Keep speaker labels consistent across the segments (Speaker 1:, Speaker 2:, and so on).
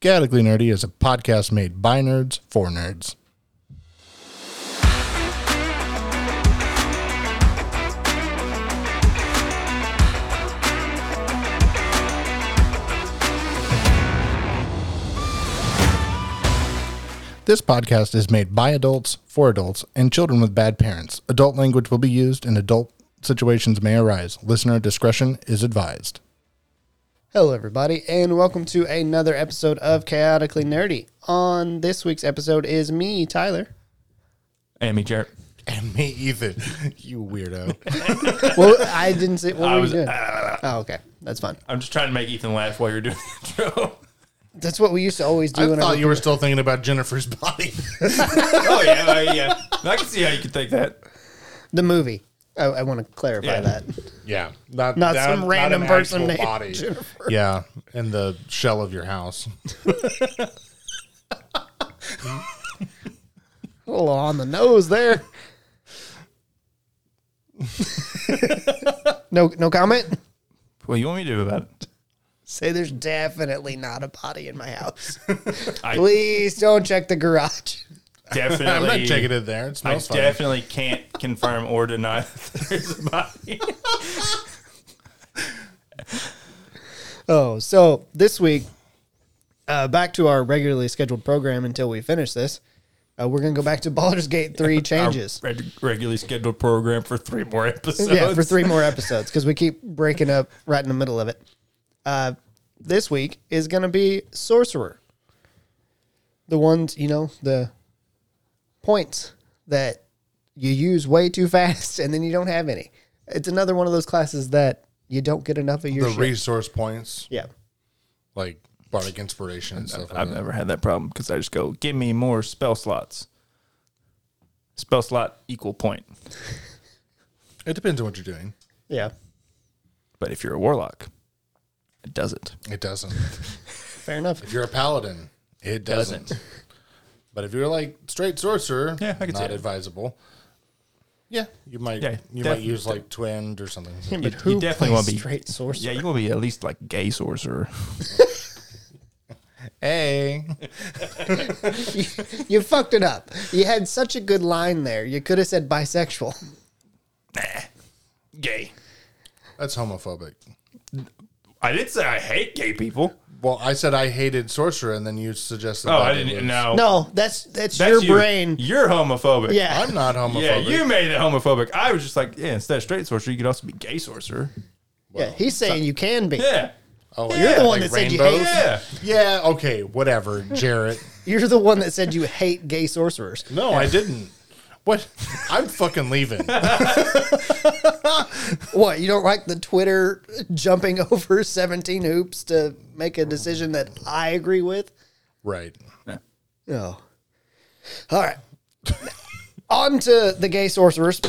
Speaker 1: Scattically Nerdy is a podcast made by nerds for nerds. This podcast is made by adults for adults and children with bad parents. Adult language will be used and adult situations may arise. Listener discretion is advised.
Speaker 2: Hello, everybody, and welcome to another episode of Chaotically Nerdy. On this week's episode is me, Tyler.
Speaker 3: Amy Jarrett.
Speaker 1: And me, Ethan. You weirdo.
Speaker 2: Well, I didn't say. What were
Speaker 3: was-
Speaker 2: you doing? oh, okay, that's fine.
Speaker 3: I'm just trying to make Ethan laugh while you're doing the intro.
Speaker 2: That's what we used to always do.
Speaker 1: I
Speaker 2: when I
Speaker 1: thought you were still thinking about Jennifer's body.
Speaker 3: oh yeah, oh, yeah. I can see how you could think that.
Speaker 2: the movie. I, I want to clarify
Speaker 3: Yeah.
Speaker 2: that.
Speaker 1: yeah. Not,
Speaker 2: Not
Speaker 1: that-
Speaker 2: some random
Speaker 1: an
Speaker 2: person
Speaker 1: actual
Speaker 2: named
Speaker 1: body. Yeah. And the shell of your house.
Speaker 2: A little on the nose there. no, no comment.
Speaker 3: Well, you want me to do about it?
Speaker 2: Say there's definitely not a body in my house.
Speaker 3: I-
Speaker 2: Please don't check the garage.
Speaker 3: Definitely.
Speaker 1: I'm not taking it there. It
Speaker 3: I
Speaker 1: smells fine.
Speaker 3: definitely can't confirm or deny that there's a body.
Speaker 2: Oh, so this week, uh, back to our regularly scheduled program until we finish this. Uh, we're gonna go back to Baldur's Gate three changes.
Speaker 3: Our reg- regularly scheduled program for three more episodes.
Speaker 2: yeah, for three more episodes because we keep breaking up right in the middle of it. Uh, this week is gonna be sorcerer. The ones you know the points that you use way too fast and then you don't have any. It's another one of those classes that you don't get enough of your
Speaker 1: the
Speaker 2: shit.
Speaker 1: resource points,
Speaker 2: yeah.
Speaker 1: like bardic inspiration and stuff like
Speaker 3: I've
Speaker 1: that.
Speaker 3: never had that problem because I just go, give me more spell slots. Spell slot equal point.
Speaker 1: It depends on what you're doing.
Speaker 2: Yeah.
Speaker 3: But if you're a warlock, it doesn't.
Speaker 1: It doesn't.
Speaker 2: Fair enough.
Speaker 1: If you're a paladin, it doesn't.
Speaker 3: Doesn't.
Speaker 1: But if you're like straight sorcerer,
Speaker 3: Yeah, I can see
Speaker 1: not
Speaker 3: it.
Speaker 1: advisable. Yeah, you might
Speaker 3: Yeah,
Speaker 1: you
Speaker 3: def-
Speaker 1: might use like twinned or something.
Speaker 2: Yeah,
Speaker 3: You- you definitely
Speaker 2: plays
Speaker 3: wanna be-
Speaker 2: straight source.
Speaker 3: Yeah, you will be at least like gay sorcerer.
Speaker 1: Hey,
Speaker 2: you, you fucked it up. You had such a good line there. You could have said bisexual.
Speaker 3: gay.
Speaker 1: that's homophobic.
Speaker 3: I didn't say I hate gay people.
Speaker 1: Well, I said I hated sorcerer, and then you suggested.
Speaker 3: Oh,
Speaker 1: that
Speaker 3: I
Speaker 1: it was-
Speaker 3: didn't. No,
Speaker 2: No, that's that's,
Speaker 3: That's
Speaker 2: your
Speaker 3: you.
Speaker 2: brain.
Speaker 3: You're homophobic.
Speaker 2: Yeah.
Speaker 1: I'm not homophobic.
Speaker 3: yeah. You made it homophobic. I was just like, yeah. Instead of straight sorcerer, you could also be gay sorcerer.
Speaker 2: yeah, he's saying you can be.
Speaker 3: Yeah.
Speaker 1: oh,
Speaker 2: You're the
Speaker 1: like
Speaker 2: one that said you
Speaker 1: rainbows?
Speaker 2: hate.
Speaker 3: Yeah.
Speaker 1: Yeah, okay, whatever, Jarrett.
Speaker 2: You're the one that said you hate gay sorcerers.
Speaker 1: No, I didn't. What? I'm fucking leaving.
Speaker 2: What? You don't like the Twitter jumping over 17 hoops to make a decision that I agree with?
Speaker 1: right.
Speaker 2: No. All right. On to the gay sorcerers.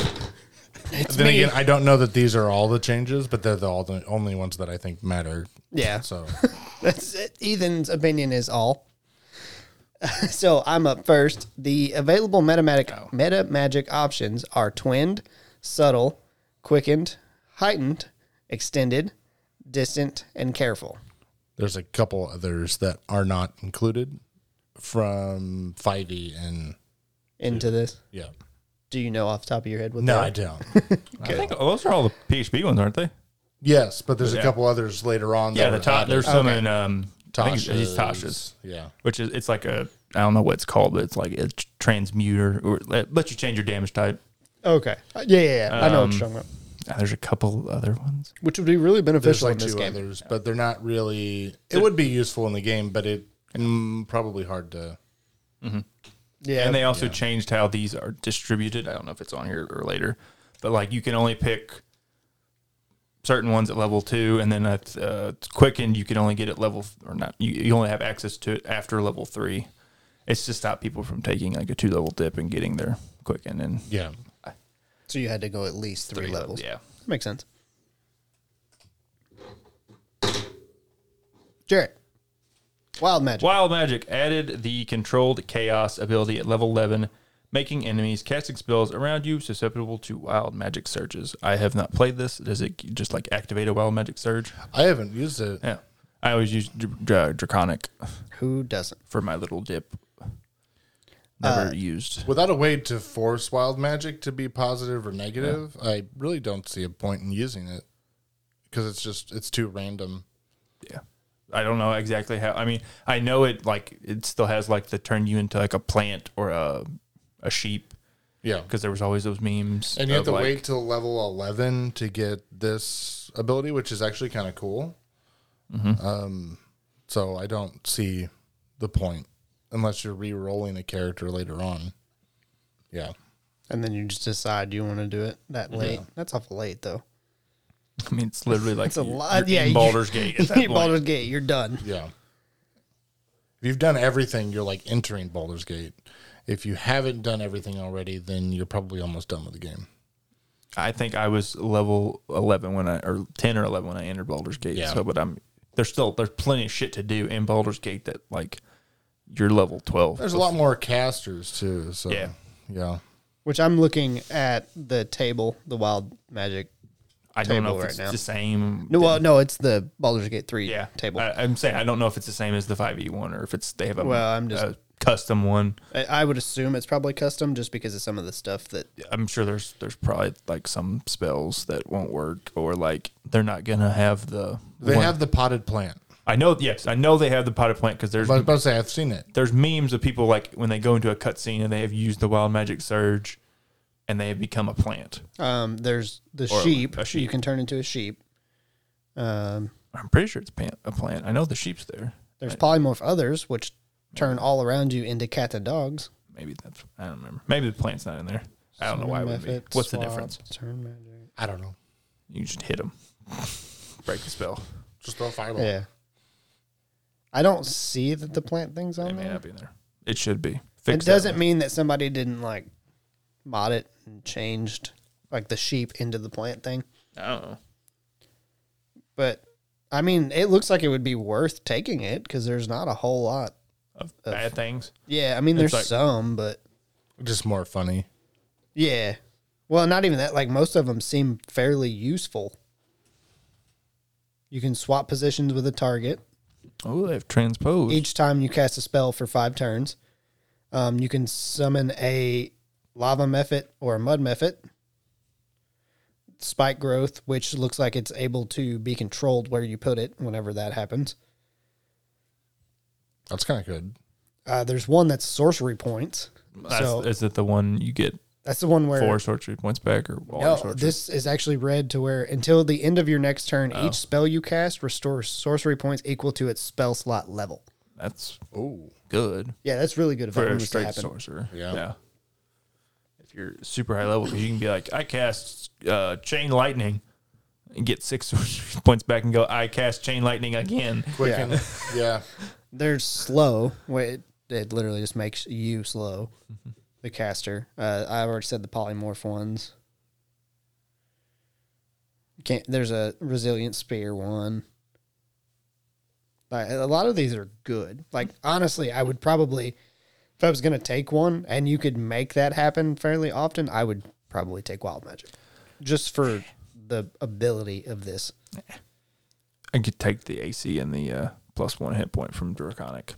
Speaker 1: then
Speaker 2: me.
Speaker 1: again, I don't know that these are all the changes, but they're the, all the only ones that I think matter.
Speaker 2: Yeah.
Speaker 1: So
Speaker 2: That's it. Ethan's opinion is all. so I'm up first. The available metamagic meta magic options are twinned, subtle, quickened, heightened, extended, distant, and careful.
Speaker 1: there's a couple others that are not included from 5e and
Speaker 2: Into this,
Speaker 1: yeah.
Speaker 2: do you know off the top of your head what?
Speaker 1: No,
Speaker 2: they
Speaker 1: I
Speaker 2: are?
Speaker 1: don't.
Speaker 3: I think those are all the PHP ones, aren't they?
Speaker 1: yes, but there's a
Speaker 3: Yeah.
Speaker 1: couple others later on.
Speaker 3: Yeah.
Speaker 1: that
Speaker 3: The
Speaker 1: were
Speaker 3: top.
Speaker 1: added.
Speaker 3: There's some in um. I think it's,
Speaker 1: Tasha's.
Speaker 3: it's Tasha's,
Speaker 1: Yeah.
Speaker 3: which is it's like a I don't know what it's called, but it's like a tr- transmuter or let, let you change your damage type.
Speaker 2: Okay. Uh, Yeah, yeah, yeah. I know what you're talking about.
Speaker 3: Uh, there's a couple other ones.
Speaker 2: Which would be really
Speaker 1: There's
Speaker 2: beneficial
Speaker 1: like
Speaker 2: in this
Speaker 1: two
Speaker 2: game.
Speaker 1: others, but they're not really. It would be useful in the game, but it mm, probably hard to.
Speaker 2: Yeah.
Speaker 3: And they also changed how these are distributed. I don't know if it's on here or later, but like you can only pick certain ones at level two, and then at uh, quickened you can only get at level or not. You, you only have access to it after level three. It's to stop people from taking like a two level dip and getting their quickened and
Speaker 1: Yeah.
Speaker 2: so you had to go at least three, levels.
Speaker 3: Yeah,
Speaker 2: Makes sense. Jarrett. Wild magic.
Speaker 3: Wild Magic added the controlled chaos ability at level 11, making enemies casting spells around you susceptible to wild magic surges. I have not played this. Does it just like activate a wild magic surge?
Speaker 1: I haven't used it.
Speaker 3: Yeah. I always use dr- dra- draconic
Speaker 2: Who doesn't?
Speaker 3: for my little dip.
Speaker 2: Uh,
Speaker 3: Never used.
Speaker 1: Without a way to force wild magic to be positive or negative, I really don't see a point in using it because it's just it's too random.
Speaker 3: Yeah. I don't know exactly how. I mean, I know it like it still has like the turn you into like a plant or a a sheep
Speaker 1: Yeah,
Speaker 3: because there was always those memes.
Speaker 1: and you have
Speaker 3: of,
Speaker 1: to
Speaker 3: like,
Speaker 1: wait till level eleven to get this ability, which is actually kind of cool. Um, so I don't see the point unless you're re-rolling a character later on. Yeah,
Speaker 2: And then you just decide you want to do it that late. That's awful late though.
Speaker 3: I mean, it's literally like
Speaker 2: It's a
Speaker 3: you-
Speaker 2: lot.
Speaker 3: you're
Speaker 2: Yeah,
Speaker 3: in
Speaker 2: you-
Speaker 3: Baldur's Gate. At that point.
Speaker 2: Baldur's Gate, you're done.
Speaker 1: yeah. If you've done everything, you're like entering Baldur's Gate. If you haven't done everything already, then you're probably almost done with the game.
Speaker 3: I think I was level eleven when I or ten or eleven when I entered Baldur's Gate.
Speaker 1: Yeah.
Speaker 3: So, but I'm there's still there's plenty of shit to do in Baldur's Gate that like you're level twelve.
Speaker 1: There's a lot more casters too. So
Speaker 3: Yeah.
Speaker 1: yeah.
Speaker 2: Which I'm looking at the table, the wild magic.
Speaker 3: I don't know
Speaker 2: table
Speaker 3: if
Speaker 2: right
Speaker 3: it's
Speaker 2: now.
Speaker 3: the same.
Speaker 2: No, well, no, it's the Baldur's Gate three
Speaker 3: yeah,
Speaker 2: table.
Speaker 3: I, I'm saying I don't know if it's the same as the five e one or if it's they have a
Speaker 2: Well, I'm just-
Speaker 3: a custom one.
Speaker 2: I, I would assume it's probably custom just because of some of the stuff that
Speaker 3: I'm sure there's there's probably like some spells that won't work or like they're not gonna have the.
Speaker 1: They
Speaker 3: one-
Speaker 1: have the potted plant.
Speaker 3: I know. Yes, I know they have the potted plant because there's
Speaker 1: But I was about to say I've seen it.
Speaker 3: there's memes of people like when they go into a cutscene and they have used the wild magic surge and they have become a plant.
Speaker 2: um, there's the
Speaker 3: Or
Speaker 2: sheep,
Speaker 3: a sheep.
Speaker 2: You can turn into a sheep. Um,
Speaker 3: I'm pretty sure it's pan- a plant. I know the sheep's there.
Speaker 2: there's polymorph others, which turn all around you into cat and dogs.
Speaker 3: Maybe that's I don't remember. Maybe the plant's not in there. I don't know why it would be.
Speaker 2: Method,
Speaker 3: What's the
Speaker 2: swap,
Speaker 3: difference?
Speaker 2: Turn magic.
Speaker 1: I don't know.
Speaker 3: You just hit them, break the spell.
Speaker 1: Just throw a fireball.
Speaker 2: Yeah. I don't see that the plant thing's
Speaker 3: It
Speaker 2: on
Speaker 3: may
Speaker 2: there.
Speaker 3: not be in there. It should be.
Speaker 2: It
Speaker 3: Fix that
Speaker 2: doesn't
Speaker 3: one.
Speaker 2: mean that somebody didn't like mod it and changed like the sheep into the plant thing.
Speaker 3: I don't know.
Speaker 2: But I mean, it looks like it would be worth taking it because there's not a whole lot.
Speaker 3: Of bad things.
Speaker 2: Yeah, I mean, there's
Speaker 3: It's like-
Speaker 2: some, but
Speaker 1: Just more funny.
Speaker 2: yeah. Well, not even that. Like most of them seem fairly useful. You can swap positions with a target.
Speaker 3: Oh, they've transposed.
Speaker 2: each time you cast a spell for five turns. Um, you can summon a lava mephit or a mud mephit. Spike growth, which looks like it's able to be controlled where you put it whenever that happens.
Speaker 1: That's kind of good.
Speaker 2: Uh, there's one that's sorcery points.
Speaker 3: That's-
Speaker 2: so
Speaker 3: is it the one you get
Speaker 2: that's the one where
Speaker 3: four sorcery points back or all
Speaker 2: no,
Speaker 3: sorcery?
Speaker 2: this is actually read to where until the end of your next turn,
Speaker 3: Oh.
Speaker 2: each spell you cast restores sorcery points equal to its spell slot level.
Speaker 3: that's
Speaker 1: Oh,
Speaker 3: good.
Speaker 2: Yeah, that's really good. If
Speaker 3: for
Speaker 2: that
Speaker 3: a
Speaker 2: was to
Speaker 3: straight
Speaker 2: happen.
Speaker 3: sorcerer.
Speaker 1: Yeah.
Speaker 3: If you're super high level, because you can be like, I cast uh, chain lightning and get six sorcery points back and go, I cast chain lightning again.
Speaker 1: quick
Speaker 2: Yeah.
Speaker 1: and yeah.
Speaker 2: they're slow. Wait, it, it literally just makes you slow. The caster. Uh, I already said the polymorph ones. Can't, there's a resilient spear one. Like, a lot of these are good. Like honestly, I would probably, if I was gonna take one, and you could make that happen fairly often, I would probably take wild magic, just for the ability of this.
Speaker 3: I could take the AC and the uh, plus one hit point from Draconic.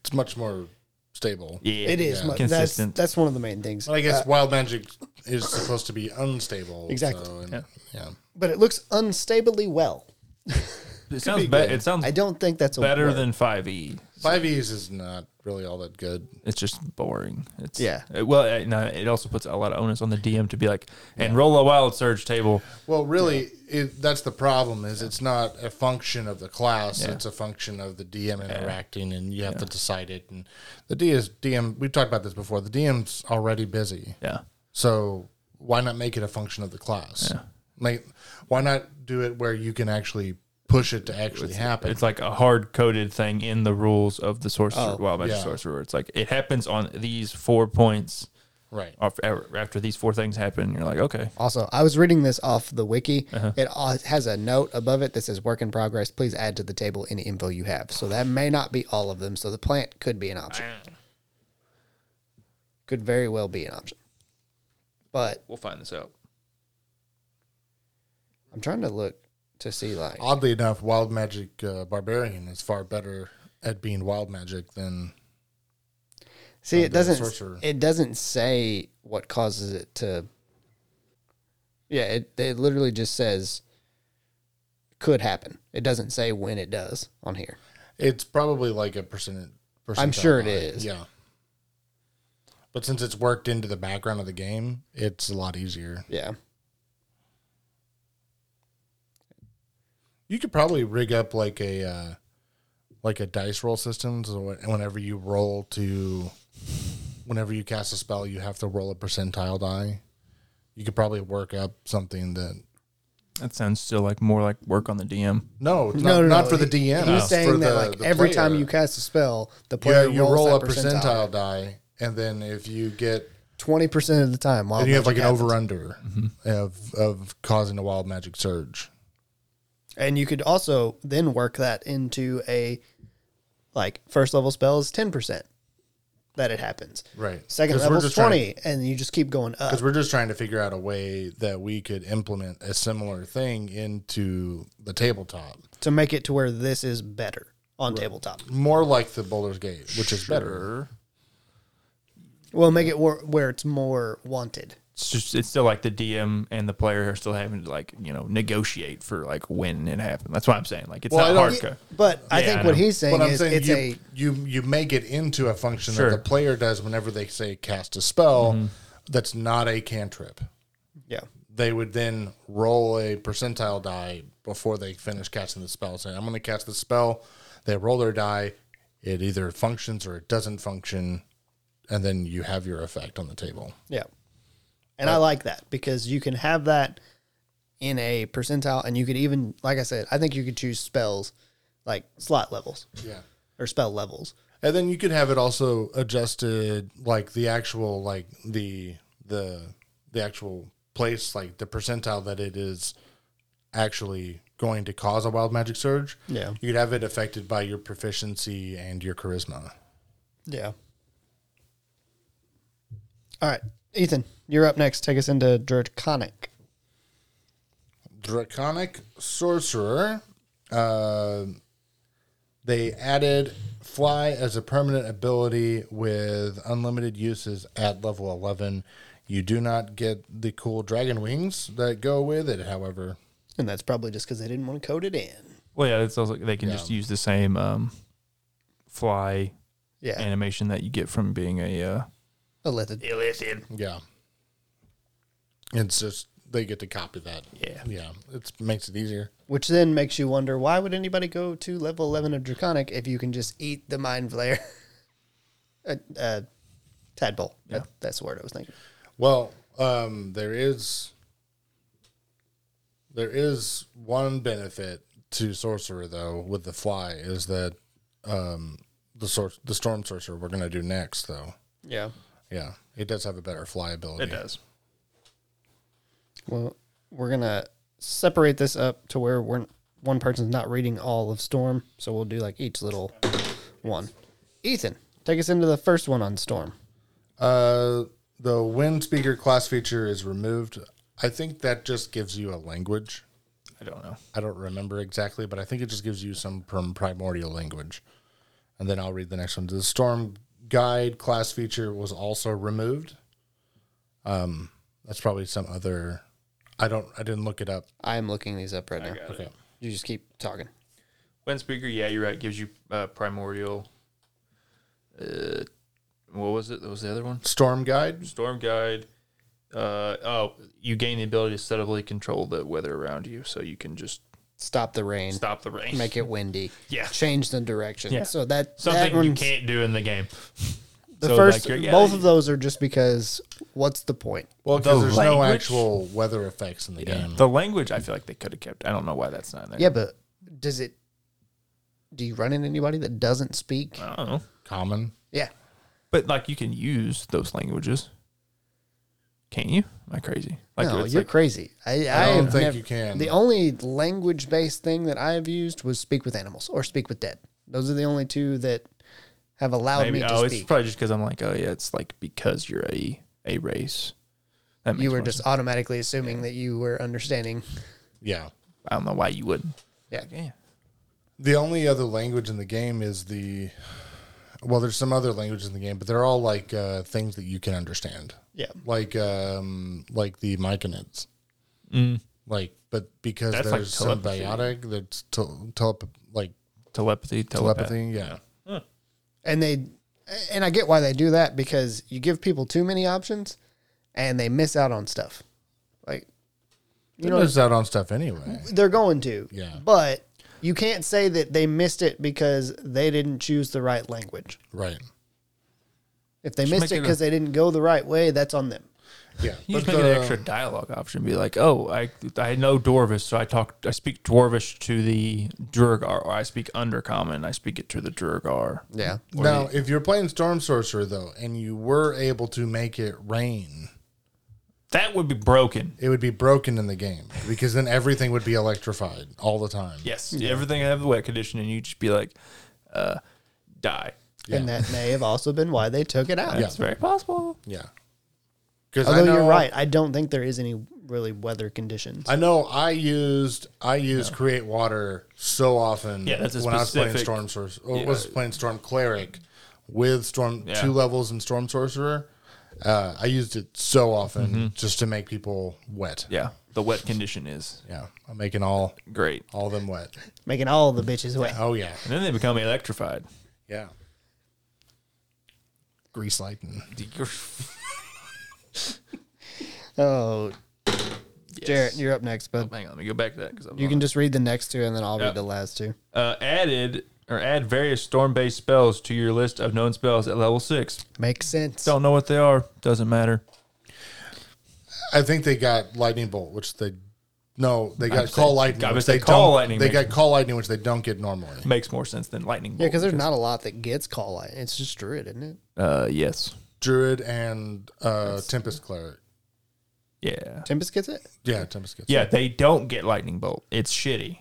Speaker 1: It's much more stable.
Speaker 3: Yeah.
Speaker 2: It is
Speaker 1: yeah.
Speaker 2: mu-
Speaker 3: Consistent.
Speaker 2: That's that's one of the main things.
Speaker 1: But I guess wild magic is supposed to be unstable.
Speaker 2: Exactly.
Speaker 1: so, and-
Speaker 3: Yeah.
Speaker 1: yeah.
Speaker 2: but it looks unstably well.
Speaker 3: It sounds,
Speaker 1: be
Speaker 3: be-
Speaker 1: good.
Speaker 3: it sounds
Speaker 2: I don't think that's a
Speaker 3: better
Speaker 2: word.
Speaker 3: than E. 5e.
Speaker 1: Five E's is not really all that good.
Speaker 3: It's just boring. It's
Speaker 2: Yeah.
Speaker 3: uh, well, uh, no, it also puts a lot of onus on the DM to be like, and roll a wild surge table.
Speaker 1: Well, really, it, that's the problem. Is it's not a function of the class.
Speaker 3: Yeah.
Speaker 1: It's a function of the DM interacting, and you have to decide it. And the D is DM. We've talked about this before. The DM's already busy.
Speaker 3: Yeah,
Speaker 1: So why not make it a function of the class? Like, why not do it where you can actually push it to actually happen?
Speaker 3: It's like a hard coded thing in the rules of the sorcerer, wild magic
Speaker 1: Oh, yeah.
Speaker 3: sorcerer. It's like it happens on these four points.
Speaker 1: right.
Speaker 3: af- After these four things happen, you're like, okay,
Speaker 2: Also, I was reading this off the wiki.
Speaker 3: Uh-huh.
Speaker 2: It al- has a note above it that says "work in progress." Please add to the table any info you have. So that may not be all of them. So the plant could be an option. Could very well be an option. But
Speaker 3: we'll find this out.
Speaker 2: I'm trying to look to see like
Speaker 1: Oddly enough, Wild Magic uh, Barbarian is far better at being Wild Magic than
Speaker 2: See,
Speaker 1: uh,
Speaker 2: it
Speaker 1: the
Speaker 2: doesn't.
Speaker 1: sorcerer.
Speaker 2: It doesn't say what causes it to. Yeah, it it literally just says could happen. It doesn't say when it does on here.
Speaker 1: It's probably like a percent. percentile
Speaker 2: I'm sure it
Speaker 1: high.
Speaker 2: is.
Speaker 1: Yeah. But since it's worked into the background of the game, it's a lot easier.
Speaker 2: Yeah,
Speaker 1: You could probably rig up like a uh, like a dice roll system. So when- whenever you roll to, whenever you cast a spell, you have to roll a percentile die. You could probably work up something that
Speaker 3: That sounds still like more like work on the DM.
Speaker 1: no, it's
Speaker 2: No,
Speaker 1: not,
Speaker 2: no,
Speaker 1: not
Speaker 2: no.
Speaker 1: for the DM.
Speaker 2: he's
Speaker 1: it's
Speaker 2: saying
Speaker 1: for
Speaker 2: that
Speaker 1: the-
Speaker 2: like
Speaker 1: the
Speaker 2: every
Speaker 1: player.
Speaker 2: time you cast a spell, the
Speaker 1: yeah,
Speaker 2: player
Speaker 1: you
Speaker 2: rolls
Speaker 1: roll a
Speaker 2: that
Speaker 1: percentile, die, and then if you get
Speaker 2: twenty percent of the time. While
Speaker 1: and you have like an over under
Speaker 2: Mm-hmm.
Speaker 1: of of causing a wild magic surge.
Speaker 2: and you could also then work that into a like first level spells ten percent that it happens.
Speaker 1: Right.
Speaker 2: Second level's twenty, and you just keep going up.
Speaker 1: Because we're just trying to figure out a way that we could implement a similar thing into the tabletop,
Speaker 2: to make it to where this is better on tabletop.
Speaker 1: more like the Boulder's Gate, which is better.
Speaker 2: Well, make it where, where it's more wanted.
Speaker 3: It's just it's still like the DM and the player are still having to like you know negotiate for like when it happened. That's what I'm saying. Like it's
Speaker 1: Well, I
Speaker 3: not
Speaker 1: don't-
Speaker 3: hard. co-
Speaker 2: But I
Speaker 3: Yeah,
Speaker 2: think
Speaker 3: I
Speaker 2: what
Speaker 3: know.
Speaker 2: he's saying
Speaker 1: But I'm
Speaker 2: is
Speaker 1: saying
Speaker 2: it's
Speaker 1: you,
Speaker 2: a
Speaker 1: you you make it into a function
Speaker 3: Sure.
Speaker 1: that the player does whenever they say cast a spell
Speaker 2: Mm-hmm.
Speaker 1: that's not a cantrip.
Speaker 2: yeah.
Speaker 1: they would then roll a percentile die before they finish casting the spell. Saying, I'm going to cast the spell. They roll their die. It either functions or it doesn't function. And then you have your effect on the table.
Speaker 2: Yeah. And I like that because you can have that in a percentile and you could even like I said, I think you could choose spells like slot levels
Speaker 1: Yeah.
Speaker 2: or spell levels.
Speaker 1: And then you could have it also adjusted like the actual, like the, the, the actual place, like the percentile that it is actually going to cause a wild magic surge.
Speaker 2: Yeah.
Speaker 1: You could have it affected by your proficiency and your charisma.
Speaker 2: Yeah. All right. Ethan, you're up next. Take us into Draconic.
Speaker 1: Draconic Sorcerer. Uh, they added Fly as a permanent ability with unlimited uses at level 11. You do not get the cool dragon wings that go with it, however.
Speaker 2: And that's probably just because they didn't want to code it in.
Speaker 3: Well, yeah, it's also like they can just use the same um, fly
Speaker 2: Yeah.
Speaker 3: animation that you get from being a uh,
Speaker 2: a lithid.
Speaker 1: Yeah. It's just, they get to copy that.
Speaker 3: Yeah.
Speaker 1: Yeah. It makes it easier.
Speaker 2: Which then makes you wonder why would anybody go to level 11 of Draconic if you can just eat the Mind Flayer? a, a tadpole. That, that's the word I was thinking.
Speaker 1: Well, um, there is there is one benefit to sorcerer though with the fly is that um, the sor- the storm sorcerer we're gonna do next though.
Speaker 2: Yeah.
Speaker 1: Yeah, it does have a better fly ability.
Speaker 3: it does.
Speaker 2: Well, we're going to separate this up to where we're, one person's not reading all of Storm. So we'll do like each little one. Ethan, take us into the first one on Storm.
Speaker 1: Uh, the wind speaker class feature is removed. I think that just gives you a language.
Speaker 3: I don't know.
Speaker 1: I don't remember exactly, but I think it just gives you some prim- primordial language. And then I'll read the next one. The storm guide class feature was also removed. Um, that's probably some other. I don't. I didn't look it up.
Speaker 2: I am looking these up right now.
Speaker 1: Okay.
Speaker 2: You just keep talking.
Speaker 3: Wind speaker, yeah, you're right. Gives you uh, primordial. Uh, what was it? That was the other one.
Speaker 1: Storm guide.
Speaker 3: Storm guide. Uh, oh, you gain the ability to subtly control the weather around you, so you can just
Speaker 2: Stop the rain.
Speaker 3: stop the rain.
Speaker 2: Make it windy.
Speaker 3: Yeah.
Speaker 2: Change the direction.
Speaker 3: Yeah.
Speaker 2: So that that
Speaker 3: Something you
Speaker 2: one's-
Speaker 3: can't do in the game.
Speaker 2: The
Speaker 3: So,
Speaker 2: first,
Speaker 3: like, yeah,
Speaker 2: both
Speaker 3: you-
Speaker 2: of those are just because what's the point?
Speaker 1: Well, because
Speaker 3: The
Speaker 1: there's no
Speaker 3: language?
Speaker 1: actual weather effects in the game.
Speaker 3: The language, I feel like they could have kept. I don't know why that's not in there.
Speaker 2: Yeah, but does it? Do you run into anybody that doesn't speak?
Speaker 3: I don't know.
Speaker 1: Common.
Speaker 2: Yeah,
Speaker 3: But like, you can use those languages. Can't you? Am I crazy? Like,
Speaker 2: no,
Speaker 3: it's
Speaker 2: you're
Speaker 3: like-
Speaker 2: crazy. I,
Speaker 1: I don't
Speaker 2: have
Speaker 1: think
Speaker 2: never-
Speaker 1: you can.
Speaker 2: The only language-based thing that I have used was speak with animals or speak with dead. Those are the only two that have allowed
Speaker 3: Maybe.
Speaker 2: me to
Speaker 3: Oh, it's
Speaker 2: speak.
Speaker 3: probably just because I'm like, oh yeah, it's like because you're a a race. That makes
Speaker 2: You were
Speaker 3: more
Speaker 2: just automatically assuming that you were understanding
Speaker 1: yeah.
Speaker 3: I don't know why you wouldn't.
Speaker 2: Yeah.
Speaker 3: Yeah.
Speaker 1: The only other language in the game is the well, there's some other languages in the game, but they're all like uh, things that you can understand,
Speaker 2: Yeah.
Speaker 1: like um, like the Myconids. Like, but because
Speaker 3: Mm. That's like
Speaker 1: there's
Speaker 3: telepathy.
Speaker 1: symbiotic, that's tel- telep- like
Speaker 3: Telepathy, telepathy.
Speaker 1: telepathy. Yeah,
Speaker 2: And they and I get why they do that because you give people too many options and they miss out on stuff. Like
Speaker 1: you know, it's out on stuff anyway.
Speaker 2: they're going to.
Speaker 1: Yeah.
Speaker 2: But you can't say that they missed it because they didn't choose the right language.
Speaker 1: Right.
Speaker 2: If they missed
Speaker 3: make
Speaker 2: it
Speaker 3: it a-
Speaker 2: because they didn't go the right way, that's on them.
Speaker 1: Yeah.
Speaker 3: You just
Speaker 1: but
Speaker 3: make an
Speaker 2: uh,
Speaker 1: the-
Speaker 3: extra dialogue option. Be like, oh, I I know Dwarvish, so I talk. I speak Dwarvish to the Durgar, or I speak Undercommon. I speak it to the Durgar.
Speaker 2: Yeah.
Speaker 1: Now, if you're playing Storm Sorcerer though, and you were able to make it rain,
Speaker 3: That would be broken.
Speaker 1: it would be broken in the game because then everything would be electrified all the time.
Speaker 3: Yes, everything have the wet condition, and you just be like, uh, die.
Speaker 2: And that may have also been why they took it out.
Speaker 1: Yeah.
Speaker 3: It's very possible.
Speaker 1: Yeah. Because
Speaker 2: Although you're right, I don't think there is any really weather conditions.
Speaker 1: I know I used I used create water so often
Speaker 3: Yeah, that's a
Speaker 1: when I was playing
Speaker 3: specific-
Speaker 1: Storm Sorcerer or was playing Storm Cleric with Storm
Speaker 3: Yeah.
Speaker 1: two levels in Storm Sorcerer. Uh, I used it so often just to make people wet.
Speaker 3: Mm-hmm. Yeah, the wet condition is
Speaker 1: Yeah. I'm making all
Speaker 3: great,
Speaker 1: all them wet.
Speaker 2: Making all the bitches wet.
Speaker 1: Oh yeah.
Speaker 3: and then they become electrified.
Speaker 1: Yeah. Grease lightning.
Speaker 2: Oh, Jarrett,
Speaker 3: Yes.
Speaker 2: you're up next, bud.
Speaker 3: Hang on, let me go back to that because I'm
Speaker 2: You can just read the next two, and then I'll
Speaker 3: Yeah.
Speaker 2: read the last two.
Speaker 3: uh, added or add various storm-based spells to your list of known spells at level six.
Speaker 2: Makes sense.
Speaker 3: Don't know what they are. Doesn't matter.
Speaker 1: I think they got lightning bolt, which they no, they got
Speaker 3: was
Speaker 1: call
Speaker 3: saying-
Speaker 1: lightning.
Speaker 3: I was
Speaker 1: which they
Speaker 3: saying call
Speaker 1: don't-
Speaker 3: lightning
Speaker 1: They
Speaker 3: makes-
Speaker 1: got call lightning, which they don't get normally.
Speaker 3: Makes more sense than lightning
Speaker 2: Yeah,
Speaker 3: bolt.
Speaker 2: because there's not a lot that gets call light. It's just druid, isn't it?
Speaker 3: uh, yes,
Speaker 1: Druid and uh, Tempest Cleric.
Speaker 3: yeah,
Speaker 2: Tempest gets it.
Speaker 1: Yeah, Tempest gets
Speaker 3: yeah. They don't get lightning bolt. It's shitty.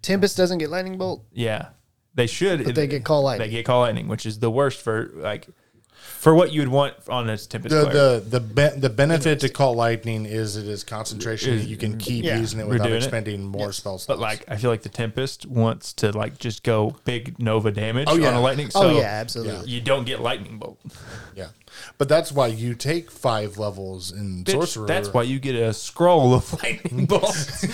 Speaker 2: Tempest doesn't get lightning bolt.
Speaker 3: Yeah, they should.
Speaker 2: But they get call lightning.
Speaker 3: They get call lightning, which is the worst for like for what you would want on a tempest.
Speaker 1: the
Speaker 3: player.
Speaker 1: the the, be- the benefit to call lightning is it is concentration. you can keep
Speaker 2: Yeah.
Speaker 1: using it
Speaker 3: We're
Speaker 1: without
Speaker 3: doing Mm-hmm. it.
Speaker 1: expending more spell slots.
Speaker 3: But like, I feel like the tempest wants to like just go big nova damage
Speaker 1: Oh, yeah.
Speaker 3: on a lightning.
Speaker 2: Oh
Speaker 3: So
Speaker 2: yeah, absolutely.
Speaker 3: You don't get lightning bolt.
Speaker 1: yeah, but that's why you take five levels in
Speaker 3: Bitch,
Speaker 1: sorcerer.
Speaker 3: That's why you get a scroll of lightning bolts.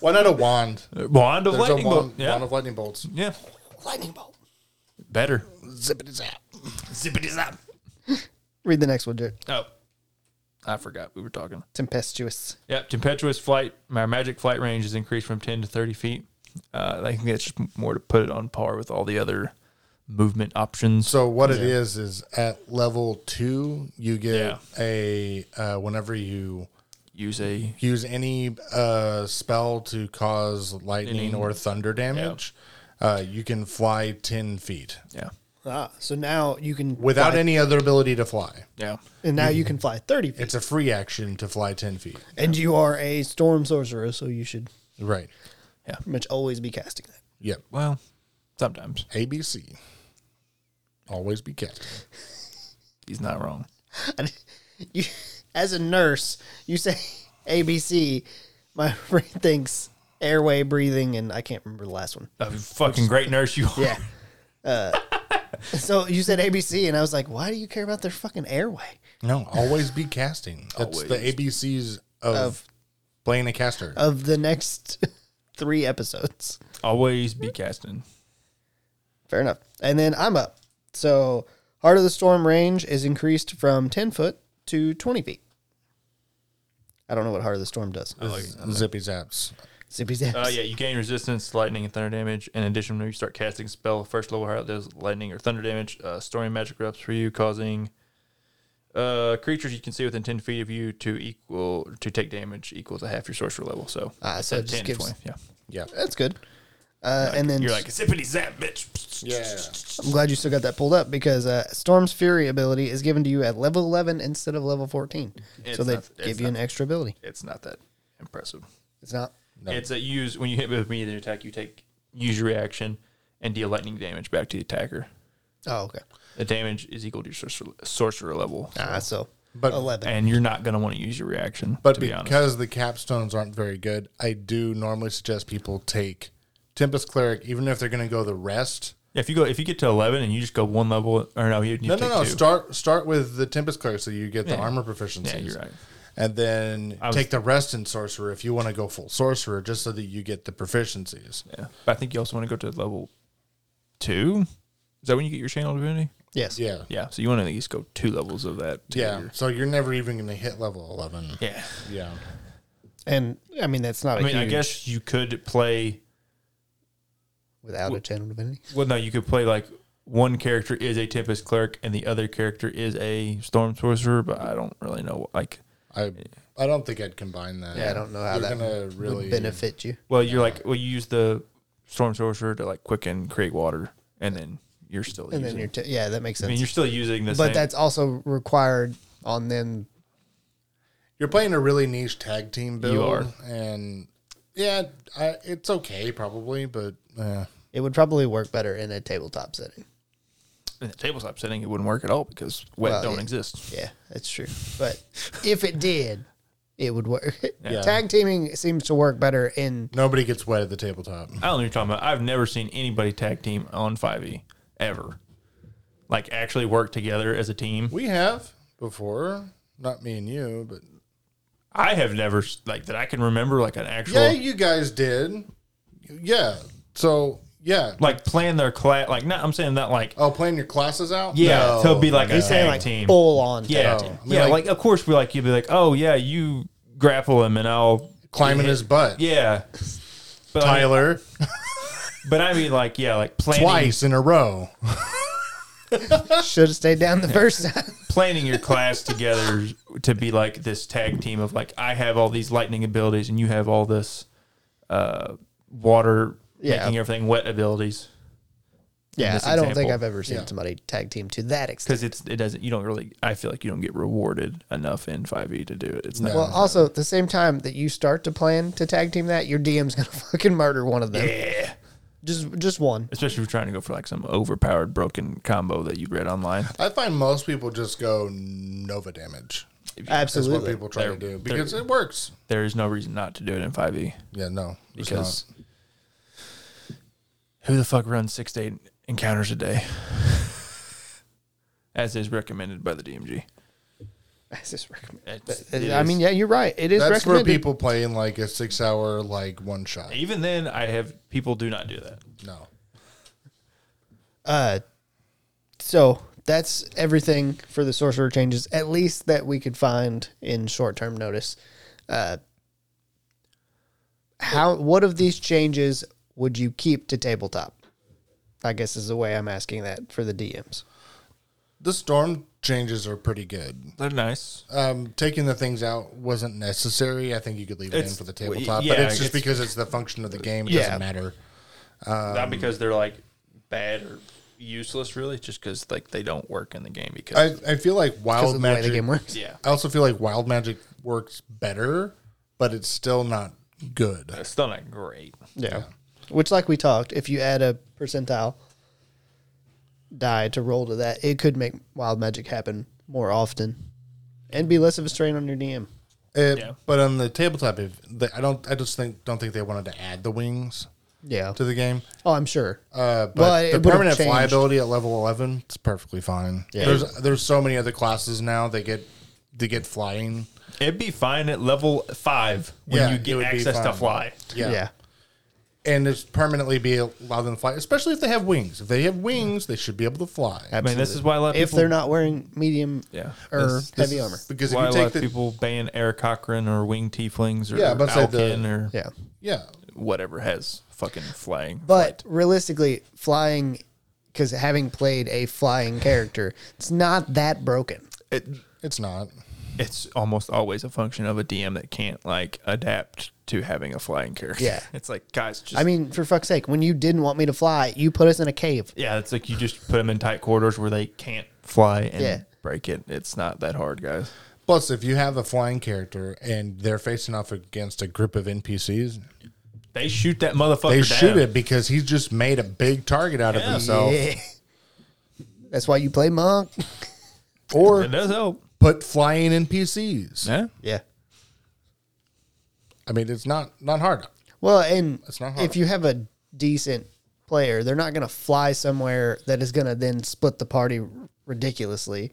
Speaker 1: Why not a wand?
Speaker 3: wand of
Speaker 1: There's a
Speaker 3: lightning
Speaker 1: wand,
Speaker 3: bolt. Yeah.
Speaker 1: wand of lightning bolts.
Speaker 3: yeah.
Speaker 2: Lightning bolt.
Speaker 3: Better.
Speaker 1: Zip it zap.
Speaker 3: Zippity zap.
Speaker 2: Read the next one, Jared.
Speaker 3: Oh. I forgot we were talking.
Speaker 2: Tempestuous.
Speaker 3: Yep. Tempestuous flight. My magic flight range is increased from 10 to 30 feet. Uh, I think that's just more to put it on par with all the other movement options.
Speaker 1: So what it is is at level two, you get
Speaker 3: Yeah.
Speaker 1: a uh, whenever you
Speaker 3: Use a.
Speaker 1: use any uh, spell to cause lightning or thunder damage, uh, you can fly ten feet
Speaker 3: Yeah.
Speaker 2: Ah, so now you can
Speaker 1: without
Speaker 2: fly,
Speaker 1: any other ability to fly.
Speaker 3: Yeah.
Speaker 2: and now you can fly thirty feet,
Speaker 1: It's a free action to fly ten feet.
Speaker 2: and you are a storm sorcerer, so you should
Speaker 1: Right.
Speaker 2: pretty much always be casting that.
Speaker 1: Yep.
Speaker 3: Well, sometimes.
Speaker 1: ABC. Always be captain.
Speaker 3: He's not wrong.
Speaker 2: And you, as a nurse, you say ABC. My brain thinks airway breathing, and I can't remember the last one.
Speaker 3: A fucking great nurse you are.
Speaker 2: Yeah. Uh, so you said ABC, and I was like, why do you care about their fucking airway?
Speaker 1: No, always be casting. That's the ABCs of, playing a caster.
Speaker 2: Of the next three episodes.
Speaker 3: Always be casting.
Speaker 2: Fair enough. And then I'm up. So Heart of the Storm range is increased from 10 foot to 20 feet. I don't know what Heart of the Storm does.
Speaker 1: Zippy zaps.
Speaker 2: Zippy zaps.
Speaker 3: Uh, yeah, you gain resistance to lightning and thunder damage. In addition, when you start casting a spell, first level higher does lightning or thunder damage. Uh, storming magic erupts for you, causing uh, creatures you can see within ten feet of you to equal to take damage equal to half your sorcerer level. So
Speaker 2: Ah, so
Speaker 3: instead
Speaker 2: it just
Speaker 3: of
Speaker 2: gives-
Speaker 3: yeah.
Speaker 1: Yeah.
Speaker 2: That's good. Uh, and then
Speaker 3: You're like zippity zap, bitch.
Speaker 1: Yeah.
Speaker 2: I'm glad you still got that pulled up because uh, Storm's Fury ability is given to you at level 11 instead of level 14.
Speaker 3: It's
Speaker 2: so they
Speaker 3: not- it's
Speaker 2: give you an extra ability.
Speaker 3: It's not that impressive.
Speaker 2: It's not.
Speaker 3: It's a use when you hit with me the attack, you take use your reaction and deal lightning damage back to the attacker.
Speaker 2: Oh, okay.
Speaker 3: The damage is equal to your sorcerer, sorcerer level.
Speaker 2: Ah, so
Speaker 1: But
Speaker 2: 11.
Speaker 3: and you're not going to want to use your reaction.
Speaker 1: But
Speaker 3: to be honest.
Speaker 1: because the capstones aren't very good, I do normally suggest people take Tempest Cleric, even if they're going to go the rest.
Speaker 3: Yeah, if you go if you get to eleven and you just go one level or no, you, you
Speaker 1: No,
Speaker 3: take
Speaker 1: no, no.
Speaker 3: two.
Speaker 1: Start start with the Tempest Cleric, so you get the
Speaker 3: Yeah.
Speaker 1: armor proficiencies.
Speaker 3: yeah, you're right.
Speaker 1: And then
Speaker 3: was-
Speaker 1: take the rest in Sorcerer if you want to go full Sorcerer, just so that you get the proficiencies.
Speaker 3: Yeah, but I think you also want to go to level two. Is that when you get your channel divinity?
Speaker 2: Yes.
Speaker 1: Yeah, yeah.
Speaker 3: Yeah, so you want to at least go two levels of that. to get your-
Speaker 1: So you're never even going to hit level eleven.
Speaker 3: yeah.
Speaker 1: Yeah,
Speaker 2: And I mean, that's not.
Speaker 3: I
Speaker 2: a
Speaker 3: mean, I
Speaker 2: huge-
Speaker 3: guess you could play.
Speaker 2: without a channel divinity.
Speaker 3: Well, no, you could play like one character is a Tempest cleric and the other character is a Storm sorcerer, but I don't really know. Like,
Speaker 1: I I don't think I'd combine that.
Speaker 2: Yeah, I don't know how
Speaker 1: They're
Speaker 2: that
Speaker 1: gonna really
Speaker 2: Would benefit you.
Speaker 3: well, you're like, well, you use the Storm sorcerer to like quicken, create water, and then you're still
Speaker 2: And
Speaker 3: using.
Speaker 2: then you're t- yeah, that makes
Speaker 3: I
Speaker 2: sense.
Speaker 3: mean, you're still using this,
Speaker 2: but that's also required on them.
Speaker 1: You're playing a really niche tag team build.
Speaker 3: are.
Speaker 1: and yeah, I, it's okay probably, but uh,
Speaker 2: It would probably work better in a tabletop setting.
Speaker 3: in the tabletop setting, it wouldn't work at all because wet
Speaker 2: Well,
Speaker 3: don't
Speaker 2: yeah.
Speaker 3: exist.
Speaker 2: Yeah, that's true. But if it did, it would work.
Speaker 1: Yeah.
Speaker 2: Tag teaming seems to work better in
Speaker 1: nobody gets wet at the tabletop.
Speaker 3: I don't know what you're talking about. I've never seen anybody tag team on 5e ever. Like actually work together as a team.
Speaker 1: We have before, not me and you, but
Speaker 3: I have never s- like that I can remember like an actual
Speaker 1: yeah, you guys did. Yeah, so yeah,
Speaker 3: like plan their class. Like not, I'm saying that like
Speaker 1: oh, playing your classes out.
Speaker 3: yeah, to be like a
Speaker 2: He's saying
Speaker 3: tag
Speaker 2: like
Speaker 3: team.
Speaker 2: full on.
Speaker 3: yeah,
Speaker 1: team. I mean,
Speaker 3: yeah.
Speaker 1: like-
Speaker 3: Like, of course we like you'd be like oh yeah you grapple him and I'll
Speaker 1: climbing his butt.
Speaker 3: yeah. But I, mean,
Speaker 1: Tyler
Speaker 3: but I mean like yeah like planning
Speaker 1: twice in a row.
Speaker 2: Should have stayed down the first time.
Speaker 3: planning your class together to be like this tag team of like I have all these lightning abilities and you have all this uh, water
Speaker 2: Yeah.
Speaker 3: making everything wet abilities
Speaker 2: yeah,
Speaker 3: this
Speaker 2: I don't think
Speaker 3: example.
Speaker 2: I've ever seen
Speaker 1: Yeah.
Speaker 2: somebody tag team to that extent.
Speaker 3: because it's it doesn't you don't really I feel like you don't get rewarded enough in five e to do it. It's not
Speaker 2: Well, also at the same time that you start to plan to tag team that, your DM's gonna fucking murder one of them.
Speaker 3: yeah.
Speaker 2: Just just one.
Speaker 3: especially if you're trying to go for like some overpowered broken combo that you read online.
Speaker 1: I find most people just go Nova damage. That's what
Speaker 2: Absolutely.
Speaker 1: people try to
Speaker 3: They're-
Speaker 1: do because it works.
Speaker 3: There is no reason not to do it in five e
Speaker 1: Yeah, no, it's
Speaker 3: because who the fuck runs six to eight encounters a day? As is recommended by the DMG.
Speaker 2: That's just recommended.
Speaker 3: It's-
Speaker 2: I
Speaker 1: uh,
Speaker 3: it is.
Speaker 2: mean, yeah, you're right. It is
Speaker 1: not. that's where
Speaker 2: recommended.
Speaker 1: people play in like a six-hour like one shot.
Speaker 3: Even then, I have people do not do that.
Speaker 1: No,
Speaker 2: Uh, so that's everything for the sorcerer changes, at least that we could find in short term notice. Uh, how what of these changes would you keep to tabletop? I guess is the way I'm asking that for the DMs.
Speaker 1: the storm changes are pretty good.
Speaker 3: They're nice.
Speaker 1: Um, taking the things out wasn't necessary. I think you could leave it
Speaker 3: It's-
Speaker 1: in for the tabletop,
Speaker 3: yeah,
Speaker 1: but it's just
Speaker 3: it's-
Speaker 1: because it's the function of the game. It
Speaker 2: Yeah.
Speaker 1: doesn't matter. Um,
Speaker 3: not because they're like bad or useless, really. Just because like they don't work in the game. Because
Speaker 1: I, I feel like
Speaker 2: Because
Speaker 1: wild
Speaker 2: of the way
Speaker 1: magic.
Speaker 2: the game works.
Speaker 3: yeah,
Speaker 1: I also feel like wild magic works better, but it's still not good.
Speaker 3: it's still not great.
Speaker 2: Yeah. Which, like we talked, if you add a percentile die to roll to that, it could make wild magic happen more often and be less of a strain on your DM.
Speaker 1: It,
Speaker 3: Yeah.
Speaker 1: But on the tabletop, if the, I don't, I just think don't think they wanted to add the wings
Speaker 2: Yeah.
Speaker 1: to the game.
Speaker 2: Oh, I'm sure.
Speaker 1: Uh, but
Speaker 2: Well, it
Speaker 1: the
Speaker 2: would've
Speaker 1: permanent
Speaker 2: changed.
Speaker 1: flyability at level eleven, it's perfectly fine.
Speaker 2: Yeah.
Speaker 1: There's there's so many other classes now they get they get flying.
Speaker 3: It'd be fine at level five when
Speaker 1: Yeah,
Speaker 3: you
Speaker 1: it
Speaker 3: get
Speaker 1: would be
Speaker 3: access to
Speaker 1: fine.
Speaker 3: fly.
Speaker 1: Yeah. And it's permanently be allowed them to fly, especially if they have wings. If they have wings, they should be able to fly.
Speaker 3: I mean, this is why a lot of
Speaker 2: if
Speaker 3: people,
Speaker 2: they're not wearing medium
Speaker 3: Yeah.
Speaker 2: or
Speaker 1: This- this
Speaker 2: heavy
Speaker 1: is-
Speaker 2: armor.
Speaker 1: Because if
Speaker 3: why
Speaker 1: you
Speaker 3: a lot
Speaker 1: take
Speaker 3: of
Speaker 1: the
Speaker 3: people ban Eric Cochran or Wing Tieflings or
Speaker 1: Yeah,
Speaker 3: yeah,
Speaker 1: I'm about to say the-
Speaker 3: or
Speaker 2: Yeah.
Speaker 1: yeah,
Speaker 3: whatever has fucking flying.
Speaker 2: But realistically, flying, because having played a flying character, it's not that broken.
Speaker 3: it,
Speaker 1: it's not.
Speaker 3: it's almost always a function of a DM that can't like adapt to having a flying character.
Speaker 2: Yeah.
Speaker 3: it's like guys, just
Speaker 2: I mean, for fuck's sake, when you didn't want me to fly, you put us in a cave.
Speaker 3: Yeah, it's like you just put them in tight corridors where they can't fly and
Speaker 2: Yeah.
Speaker 3: break it. It's not that hard, guys.
Speaker 1: Plus, if you have a flying character and they're facing off against a group of NPCs,
Speaker 3: They shoot that motherfucker.
Speaker 1: they shoot
Speaker 3: down.
Speaker 1: it because he's just made a big target out of
Speaker 3: Yeah.
Speaker 1: himself.
Speaker 2: Yeah. That's why you play monk.
Speaker 1: Or
Speaker 3: It does help.
Speaker 1: Put flying NPCs.
Speaker 3: Yeah.
Speaker 2: Yeah.
Speaker 1: I mean, it's not not hard.
Speaker 2: Well, and
Speaker 1: That's not hard.
Speaker 2: if you have a decent player, they're not going to fly somewhere that is going to then split the party r- ridiculously.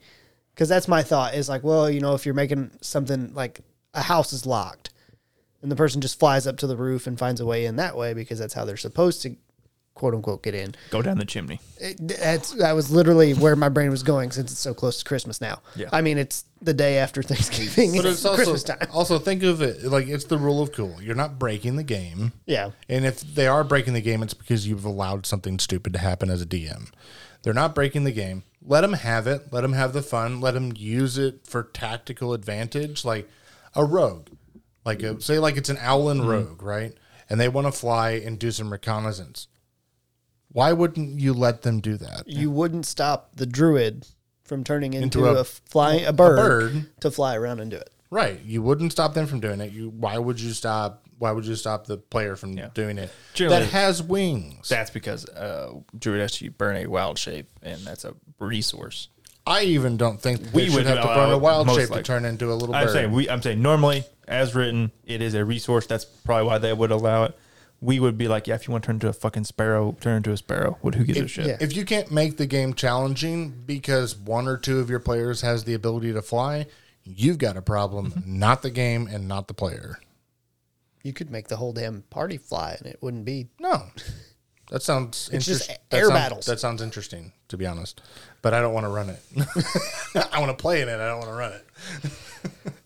Speaker 2: Because that's my thought is like, well, you know, if you're making something like a house is locked and the person just flies up to the roof and finds a way in that way because that's how they're supposed to quote unquote get in.
Speaker 3: Go down the chimney.
Speaker 2: It, that's that was literally where my brain was going since it's so close to Christmas now.
Speaker 3: Yeah.
Speaker 2: I mean, it's the day after Thanksgiving.
Speaker 1: But
Speaker 2: and
Speaker 1: it's also
Speaker 2: Christmas time.
Speaker 1: also think of it like it's the rule of cool. You're not breaking the game.
Speaker 2: Yeah.
Speaker 1: And if they are breaking the game, it's because you've allowed something stupid to happen as a DM. They're not breaking the game. Let them have it. Let them have the fun. Let them use it for tactical advantage, like a rogue, like a, say, like it's an Owlin rogue, right? And they want to fly and do some reconnaissance. Why wouldn't you let them do that?
Speaker 2: you wouldn't stop the druid from turning into,
Speaker 1: a-
Speaker 2: a, fly a bird,
Speaker 1: bird.
Speaker 2: to fly around and do it.
Speaker 1: Right. You wouldn't stop them from doing it. You why would you stop why would you stop the player from doing it?
Speaker 3: Generally-
Speaker 1: that has wings.
Speaker 3: That's because uh, Druid actually burn a wild shape, and that's a resource.
Speaker 1: I even don't think we
Speaker 3: We
Speaker 1: should
Speaker 3: would
Speaker 1: have to
Speaker 3: allow
Speaker 1: burn a
Speaker 3: it,
Speaker 1: wild
Speaker 3: most
Speaker 1: shape to
Speaker 3: likely.
Speaker 1: turn into a little
Speaker 3: I'm
Speaker 1: bird.
Speaker 3: saying we. I'm saying normally, as written, it is a resource. That's probably why they would allow it. We would be like, yeah, if you want to turn into a fucking sparrow, turn into a sparrow. Would who gives a shit?
Speaker 2: yeah.
Speaker 1: if you can't make the game challenging because one or two of your players has the ability to fly, you've got a problem,
Speaker 2: Mm-hmm.
Speaker 1: not the game and not the player.
Speaker 2: You could make the whole damn party fly, and it wouldn't be.
Speaker 1: No. That sounds
Speaker 2: It's just
Speaker 1: interest- that
Speaker 2: air
Speaker 1: sounds-
Speaker 2: battles.
Speaker 1: That sounds interesting, to be honest. But I don't want to run it. I want to play in it. I don't want to run it.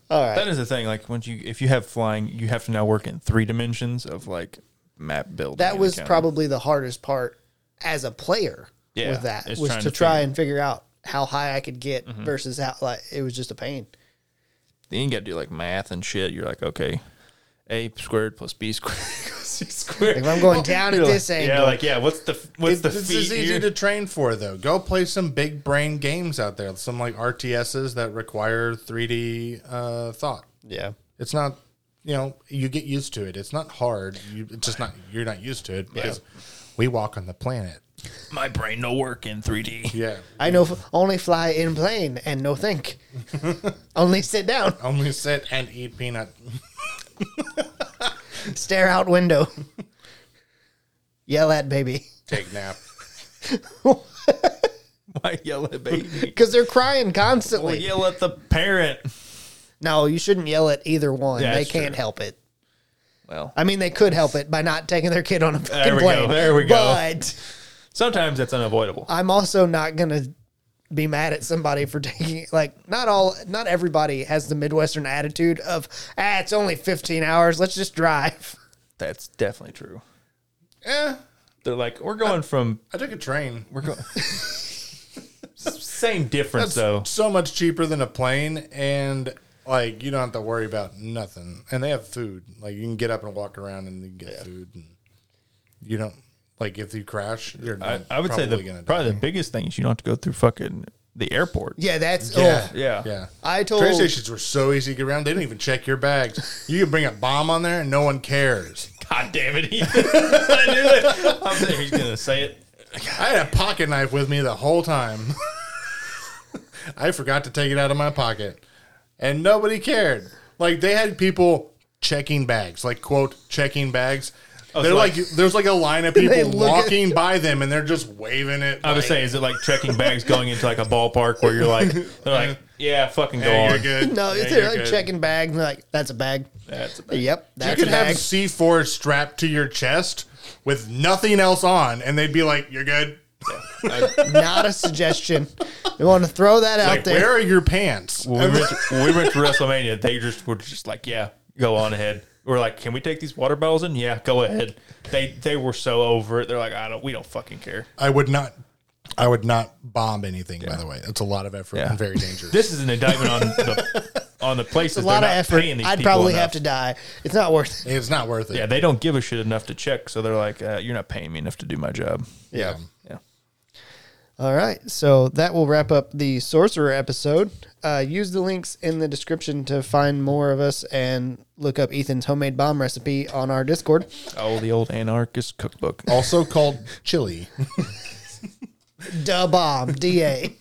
Speaker 2: All right.
Speaker 3: That is the thing. Like once you, if you have flying, you have to now work in three dimensions of like map building.
Speaker 2: That
Speaker 3: and
Speaker 2: was
Speaker 3: kind of-
Speaker 2: probably the hardest part as a player
Speaker 3: Yeah,
Speaker 2: with that
Speaker 3: it's
Speaker 2: was
Speaker 3: trying
Speaker 2: to
Speaker 3: to
Speaker 2: try
Speaker 3: figure- Mm-hmm.
Speaker 2: and figure out how high I could get versus how like it was just a pain.
Speaker 3: then you got to do like math and shit. You're like, okay, a squared plus b squared equals c squared.
Speaker 2: Like, if I'm going down at
Speaker 3: You're
Speaker 2: this
Speaker 3: like,
Speaker 2: angle,
Speaker 3: yeah, like yeah, what's the what's the
Speaker 1: this
Speaker 3: feet
Speaker 1: is easy
Speaker 3: here?
Speaker 1: to train for though. Go play some big brain games out there, some like RTSs that require 3D uh, thought.
Speaker 2: yeah,
Speaker 1: It's not, you know, you get used to it. It's not hard. You it's just not you're not used to it because we walk on the planet.
Speaker 3: My brain no work in 3D.
Speaker 1: Yeah,
Speaker 2: I know f- only fly in plane and no think, only sit down,
Speaker 1: only sit and eat peanut.
Speaker 2: stare out window, yell at baby.
Speaker 1: Take nap.
Speaker 3: Why yell at baby?
Speaker 2: Because they're crying
Speaker 3: Well,
Speaker 2: constantly.
Speaker 3: yell at the parent.
Speaker 2: No, you shouldn't yell at either one.
Speaker 3: Yeah,
Speaker 2: they
Speaker 3: that's
Speaker 2: can't
Speaker 3: true.
Speaker 2: help it.
Speaker 3: Well,
Speaker 2: I mean, they could help it by not taking their kid on a fucking
Speaker 3: we go,
Speaker 2: plane.
Speaker 3: there we go.
Speaker 2: But
Speaker 3: sometimes that's unavoidable.
Speaker 2: I'm also not gonna be mad at somebody for taking like not all not everybody has the Midwestern attitude of ah it's only 15 hours let's just drive.
Speaker 3: That's definitely true.
Speaker 1: Eh,
Speaker 3: They're like, we're going from
Speaker 1: I took a train.
Speaker 3: we're going. Same
Speaker 1: That's
Speaker 3: difference though.
Speaker 1: so much cheaper than a plane, and like you don't have to worry about nothing. And they have food. Like you can get up and walk around, and you can get food. And you don't like if you crash, you're.
Speaker 3: I, I would say the
Speaker 1: gonna die.
Speaker 3: probably the biggest thing is you don't have to go through fucking the airport.
Speaker 2: Yeah, that's
Speaker 1: Yeah,
Speaker 2: oh,
Speaker 3: Yeah.
Speaker 1: yeah.
Speaker 2: I told
Speaker 1: Train stations were so easy to get around. They didn't even check your bags. You can bring a bomb on there, and no one cares.
Speaker 3: God damn it, Ethan. I knew it. I'm saying he's gonna say it.
Speaker 1: I had a pocket knife with me the whole time. I forgot to take it out of my pocket, and nobody cared. Like they had people checking bags, like quote checking bags. They're like,
Speaker 3: like-
Speaker 1: there's like a line of people
Speaker 2: look at-
Speaker 1: walking by them, and they're just waving it.
Speaker 3: I
Speaker 1: like,
Speaker 3: was saying, is it like checking bags going into like a ballpark where you're like, they're like, yeah, fucking go
Speaker 1: "Hey,
Speaker 3: on.
Speaker 1: you're good.
Speaker 2: no,
Speaker 1: Hey,
Speaker 2: they're
Speaker 1: you're
Speaker 2: like
Speaker 1: good."
Speaker 2: checking bags and they're like that's a bag.
Speaker 3: That's a bag.
Speaker 2: Yep,
Speaker 1: You
Speaker 2: that's
Speaker 1: could
Speaker 2: a
Speaker 1: have
Speaker 2: bag.
Speaker 1: C4 strapped to your chest with nothing else on, and they'd be like, "You're good."
Speaker 2: not a suggestion. We want to throw that out
Speaker 1: Like,
Speaker 2: there.
Speaker 1: where are your pants?
Speaker 3: When we went, to, when we went to WrestleMania, they just were just like, yeah, go on ahead. We're like, can we take these water bottles in? Yeah, go ahead. They they were so over it. They're like, I don't, we don't fucking care.
Speaker 1: I would not. I would not bomb anything. By the way, that's a lot of effort
Speaker 3: Yeah.
Speaker 1: and very dangerous.
Speaker 3: This is an indictment on the on the places.
Speaker 2: a lot of
Speaker 3: they're not
Speaker 2: effort.
Speaker 3: Paying these
Speaker 2: I'd
Speaker 3: people
Speaker 2: probably
Speaker 3: enough.
Speaker 2: have to die. It's not worth it.
Speaker 1: it's not worth it.
Speaker 3: Yeah, they don't give a shit enough to check, so they're like, uh, you're not paying me enough to do my job.
Speaker 1: Yeah.
Speaker 3: Yeah.
Speaker 2: All right. So that will wrap up the Sorcerer episode. Uh, use the links in the description to find more of us and look up Ethan's homemade bomb recipe on our Discord.
Speaker 3: Oh, the old anarchist cookbook.
Speaker 1: Also called chili.
Speaker 2: Da bomb, DA.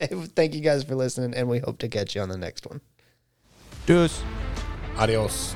Speaker 2: Thank you guys for listening, and we hope to catch you on the next one.
Speaker 3: Deuce.
Speaker 1: Adios.